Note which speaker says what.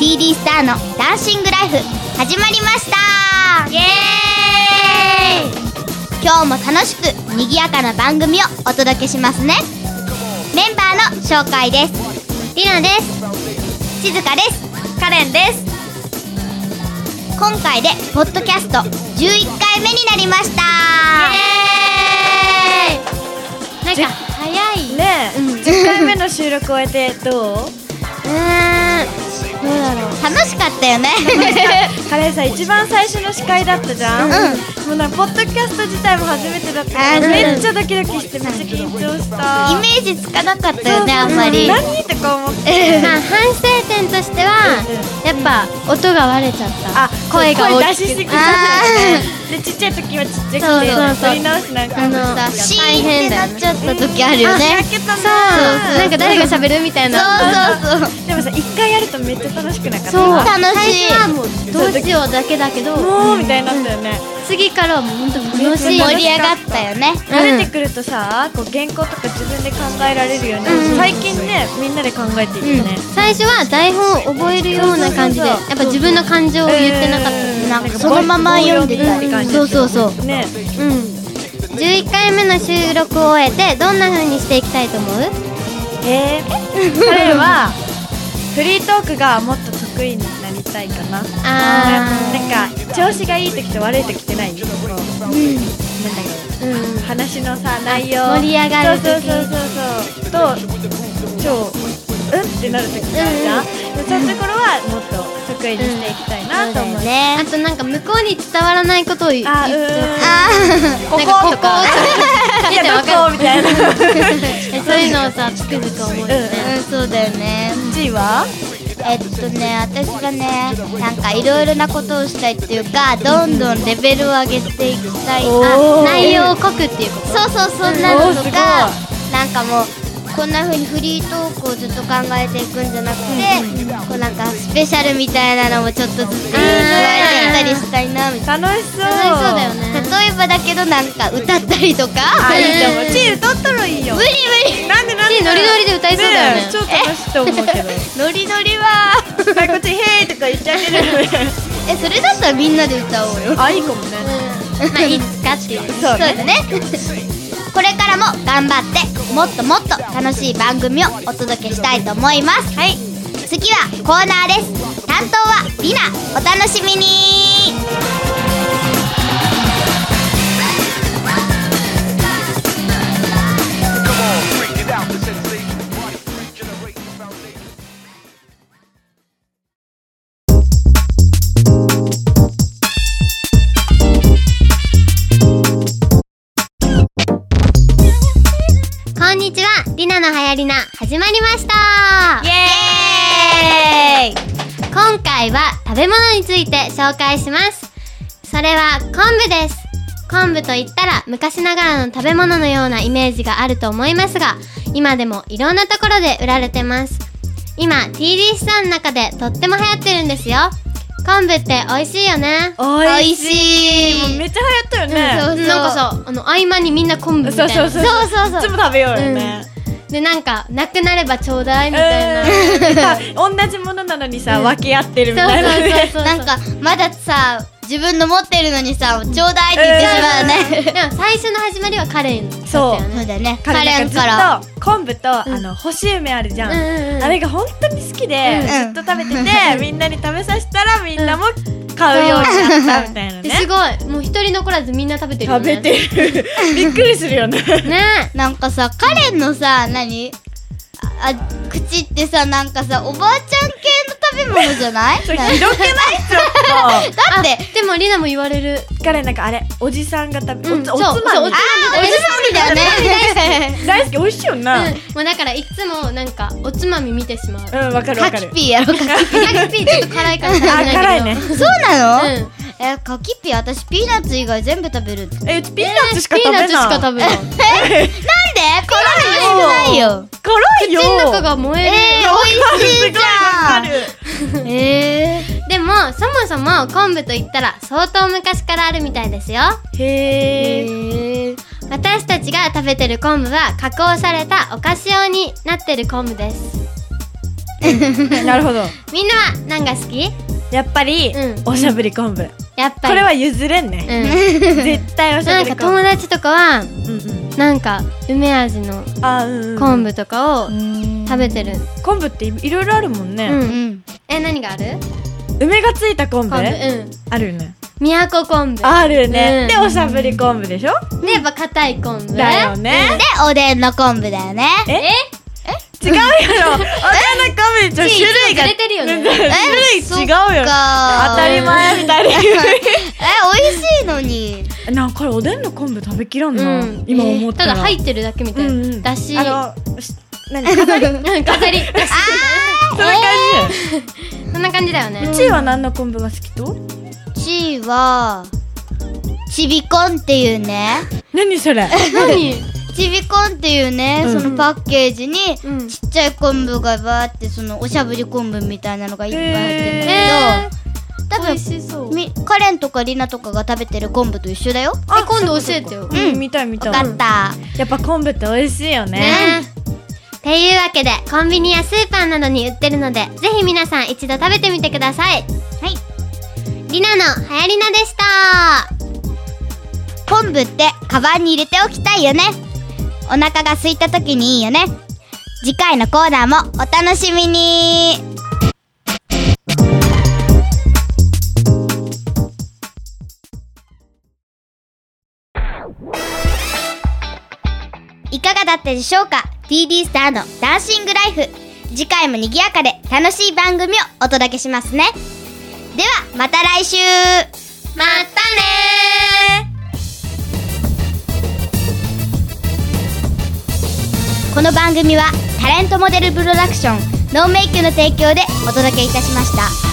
Speaker 1: リースターのダンシングライフ始まりましたイエーイ今日も楽しくにぎやかな番組をお届けしますねメンバーの紹介ですりなです静香ですカレンです今回でポッドキャスト11回目になりましたイエーイなんか早い
Speaker 2: ねえ、
Speaker 1: うん
Speaker 2: 10回目の収録を終えて
Speaker 1: う
Speaker 2: どう
Speaker 1: ーんどうだろう楽しかったよね
Speaker 2: カレンさん一番最初の司会だったじゃん、、
Speaker 1: うん
Speaker 2: もうなんかポッドキャスト自体も初めてだった
Speaker 1: あ
Speaker 2: から
Speaker 1: ー
Speaker 2: めっちゃドキドキしてめっちゃ緊張した
Speaker 1: イメージつかなかった
Speaker 2: そ
Speaker 1: よ
Speaker 2: う
Speaker 1: ねあんまり
Speaker 2: うん何とか思って
Speaker 3: まあ反省点としてはやっぱ音が割れちゃった
Speaker 2: あ
Speaker 3: 声が大
Speaker 2: 声出
Speaker 3: き
Speaker 2: し
Speaker 3: く
Speaker 2: すぎて
Speaker 1: あ
Speaker 2: でちっちゃい時はちっち
Speaker 3: そう
Speaker 2: ゃ
Speaker 3: そう
Speaker 2: くて
Speaker 3: そう
Speaker 2: 撮り直しなんか
Speaker 3: あの
Speaker 1: さシーンってなっちゃった時ある
Speaker 2: あ
Speaker 1: よね
Speaker 2: 開けたね
Speaker 1: そう
Speaker 3: なんか誰が喋るみたいな
Speaker 1: そうそうそう
Speaker 2: でもさ一回やるとめっちゃ楽しくなかった
Speaker 3: そう
Speaker 1: 楽しい
Speaker 3: 最初はもうどうしようだけだけど
Speaker 2: もうみたいになったよね、
Speaker 3: 次からはもう本当楽しい
Speaker 1: 盛り上がったよね
Speaker 2: 慣れてくるとさこう原稿とか自分で考えられるよね、最近ねみんなで考えていいよね、
Speaker 3: 最初は台本を覚えるような感じで
Speaker 2: そ
Speaker 3: や
Speaker 2: うそうそう
Speaker 3: っぱ自分の感情を言ってなかった
Speaker 2: うん
Speaker 3: なん
Speaker 2: なん
Speaker 3: か
Speaker 2: か
Speaker 3: そのまま読んでた
Speaker 2: 棒読み
Speaker 3: り
Speaker 2: って感じ
Speaker 3: そうそうそう
Speaker 2: ね
Speaker 3: うん11回目の収録を終えてどんな風にしていきたいと思う
Speaker 2: えー、彼はフリートークがもっと得意になりたいかな
Speaker 3: あ
Speaker 2: なんか調子がいい時と悪い時ってないこう、なんだろ
Speaker 3: ーうん
Speaker 2: う話のさ内容
Speaker 3: 盛り上がる時
Speaker 2: そうそうそうそうそうと超うんってなる時ってあるじゃん、でそういうところはもっと得意にしていきたいなと思う、
Speaker 1: そうだよね
Speaker 3: あとなんか向こうに伝わらないことを言っち
Speaker 2: あ
Speaker 3: ゃ
Speaker 2: う
Speaker 3: う
Speaker 2: ー
Speaker 1: あー
Speaker 2: んここ
Speaker 3: なん
Speaker 2: と
Speaker 3: かここ
Speaker 2: かい
Speaker 3: 出て
Speaker 2: や
Speaker 3: わ
Speaker 2: どこ
Speaker 3: かる
Speaker 2: みたいな
Speaker 3: そういうのをさつくづく思うよね
Speaker 1: うんそうだよね
Speaker 2: G は
Speaker 1: えっとね私がねなんかいろいろなことをしたいっていうかどんどんレベルを上げていきたい
Speaker 2: おー
Speaker 3: あ内容を濃くっていうこと
Speaker 1: そうそうそんなのとか
Speaker 2: おー
Speaker 1: なんかもうこんな風にフリートークをずっと考えていくんじゃなくて、こうなんかスペシャルみたいなのもちょっとずつ加えていったりしたいなみたいな
Speaker 2: 楽しそう
Speaker 3: 楽しそうだよね
Speaker 1: 例えばだけどなんか歌ったりとか
Speaker 2: あいいと思う
Speaker 3: うん
Speaker 2: G 歌ったらいいよ
Speaker 1: 無理無理
Speaker 2: なんでなんで
Speaker 3: G ノリノリで歌いそうだよね
Speaker 2: え超楽しいと思うけど
Speaker 1: ノリノリは
Speaker 2: なんかこっちへーとか言っちゃってる
Speaker 1: えそれだったらみんなで歌おうよ
Speaker 2: あいいかもね
Speaker 1: まあいつか っていう
Speaker 2: そうね
Speaker 1: だねこれからも頑張ってもっともっと楽しい番組をお届けしたいと思いますはい次はコーナーです担当はりなお楽しみに
Speaker 3: こんにちはりなのはやりな始まりました
Speaker 1: イエーイ
Speaker 3: 今回は食べ物について紹介しますそれは昆布です昆布といったら昔ながらの食べ物のようなイメージがあると思いますが今でもいろんなところで売られてます今 TD 資産の中でとっても流行ってるんですよ昆布って美味しいよね
Speaker 2: お
Speaker 1: おい
Speaker 2: いし
Speaker 1: し
Speaker 2: いもう
Speaker 1: い
Speaker 2: めっちゃ流行ったよね
Speaker 3: そうなんかさあの合間にみんな昆布みた
Speaker 2: そ
Speaker 3: いうな
Speaker 2: そうそう
Speaker 3: そうそう
Speaker 2: いつ
Speaker 3: そう
Speaker 2: も食べようよね
Speaker 3: でなんかなくなればちょうだいみたいな、
Speaker 2: うん 同じものなのにさ分け合ってるみたいな
Speaker 3: そうそうそう
Speaker 2: ね
Speaker 3: そう
Speaker 1: なんかまださ自分の持ってるのにさちょうだいって言ってしまうね、
Speaker 3: でも最初の始まりはカレンだったよね
Speaker 1: そうだねカ
Speaker 2: 彼
Speaker 1: レ
Speaker 2: なん
Speaker 1: ンから
Speaker 2: かずっと昆布とあの干し梅あるじゃん
Speaker 3: うんうんうん
Speaker 2: あれが本当に好きでず
Speaker 1: うん
Speaker 2: っと食べて てみんなに食べさせたらみんなも買うようになったみたいな
Speaker 3: で
Speaker 2: ね
Speaker 3: すごいもう一人残らずみんな食べてるよ
Speaker 2: 食
Speaker 3: ね
Speaker 2: べてるびっくりするよね
Speaker 3: ね
Speaker 1: なんかさカレンのさ何ああ口ってさなんかさおばあちゃん系の食べ物じゃない
Speaker 2: それ
Speaker 1: なんか
Speaker 2: 広げないちょっ
Speaker 1: だって
Speaker 3: でもりなも言われる
Speaker 2: と彼なんかあれおじさんが食べ
Speaker 3: う
Speaker 2: お
Speaker 3: ん
Speaker 2: つ
Speaker 3: そう
Speaker 2: おつ
Speaker 3: そう
Speaker 2: ま
Speaker 3: お
Speaker 2: み
Speaker 3: つ
Speaker 1: あおじさんだよね
Speaker 2: 大好き美味しいよ
Speaker 3: うん
Speaker 2: なうん
Speaker 3: もうだからいつもなんかおつまみ見てしまう
Speaker 2: わかるわ
Speaker 1: カ
Speaker 2: か
Speaker 1: キ
Speaker 2: る
Speaker 1: ピーやろカキピ
Speaker 3: カキピーちょっと辛いから食べ
Speaker 2: あ
Speaker 3: ないけど
Speaker 2: 辛いね
Speaker 1: ーそうなの、
Speaker 3: うん
Speaker 1: えカキピー私ピーナッツ以外全部食べるなんで
Speaker 2: えうちピーナッツしか
Speaker 3: ピ
Speaker 2: 食べ
Speaker 3: ーナ
Speaker 2: な
Speaker 3: ッ
Speaker 2: い
Speaker 3: ツしか食べない
Speaker 1: これ美味しくないよ
Speaker 2: 辛いよ
Speaker 3: 口の中が燃え
Speaker 1: え
Speaker 3: る
Speaker 1: ー、美味しいじゃん
Speaker 2: すごいわかる
Speaker 1: えー、
Speaker 3: でもそもそも昆布といったら相当昔からあるみたいですよ
Speaker 2: へー
Speaker 3: 私たちが食べてる昆布は加工されたお菓子用になってる昆布です
Speaker 2: なるほど
Speaker 3: みんなは何が好き
Speaker 2: やっぱり、
Speaker 3: うん
Speaker 2: おしゃぶり昆布
Speaker 3: やっぱり
Speaker 2: これは譲れん
Speaker 3: う
Speaker 2: ね、
Speaker 3: ん
Speaker 2: 絶対 おし
Speaker 3: な
Speaker 2: ゃ
Speaker 3: ん
Speaker 2: ぶり
Speaker 3: か
Speaker 2: 昆
Speaker 3: 友達とかは
Speaker 2: 布うん
Speaker 3: なんか梅味の
Speaker 2: うんあうんうん
Speaker 3: 昆布とかを
Speaker 1: うん
Speaker 3: 食べてる
Speaker 2: 昆布っていいろいろあるもん
Speaker 3: う
Speaker 2: ね、
Speaker 3: ん
Speaker 1: うん
Speaker 3: え何がある
Speaker 2: 梅がついた昆布
Speaker 3: 昆布うん
Speaker 2: あるよね
Speaker 3: 宮古昆布
Speaker 2: あるね、
Speaker 3: うん
Speaker 2: でおしゃぶり昆布でしょ
Speaker 3: でやっぱ硬い昆布
Speaker 2: だよね、
Speaker 1: でおでんの昆布だよね
Speaker 2: え違うよ おでんの昆布ちょっと種類が
Speaker 3: ちょっとずれてるよね
Speaker 2: 種類違うよ
Speaker 1: そっか
Speaker 2: 当たり前みたいに言う
Speaker 1: え美味しいの に
Speaker 2: なんかおでんの昆布食べきらん
Speaker 3: う
Speaker 2: な、
Speaker 3: ん
Speaker 2: 今思った
Speaker 3: た
Speaker 2: ら
Speaker 3: だ入ってるだけみたい
Speaker 2: うんうん
Speaker 3: なだし
Speaker 2: あのし何飾り そん
Speaker 3: うん飾り
Speaker 2: な感じ、
Speaker 3: そんな感じだよね
Speaker 2: 1位は何の昆布が好きと
Speaker 1: 1位はちびこんっていうね
Speaker 2: 何それ
Speaker 3: 何
Speaker 1: ちびこんっていうね、
Speaker 2: うん
Speaker 1: そのパッケージに、
Speaker 3: うん
Speaker 1: ちっちゃい昆布がバーってそのおしゃぶり昆布みたいなのがいっぱい入ってるんだけ
Speaker 3: え
Speaker 1: ど、多
Speaker 3: ー美
Speaker 1: 分
Speaker 3: 味しそうえ
Speaker 1: みカレンとかリナとかが食べてる昆布と一緒だよ
Speaker 2: あ
Speaker 3: 今度教えてよ
Speaker 1: ん
Speaker 2: 見たい見た
Speaker 1: わ
Speaker 2: い
Speaker 1: かった、
Speaker 2: やっぱ昆布って美味しいよね
Speaker 3: ねっていうわけでコンビニやスーパーなどに売ってるのでぜひ皆さん一度食べてみてくださいはいりなのはやりなでした
Speaker 1: 昆布ってカバンに入れておきたいよねお腹が空いた時にいいよね次回のコーナーもお楽しみにいかがだったでしょうか TD スターのダンシングライフ次回もにぎやかで楽しい番組をお届けしますねではまた来週
Speaker 3: またねー
Speaker 1: この番組はタレントモデルプロダクションノーメイクの提供でお届けいたしました。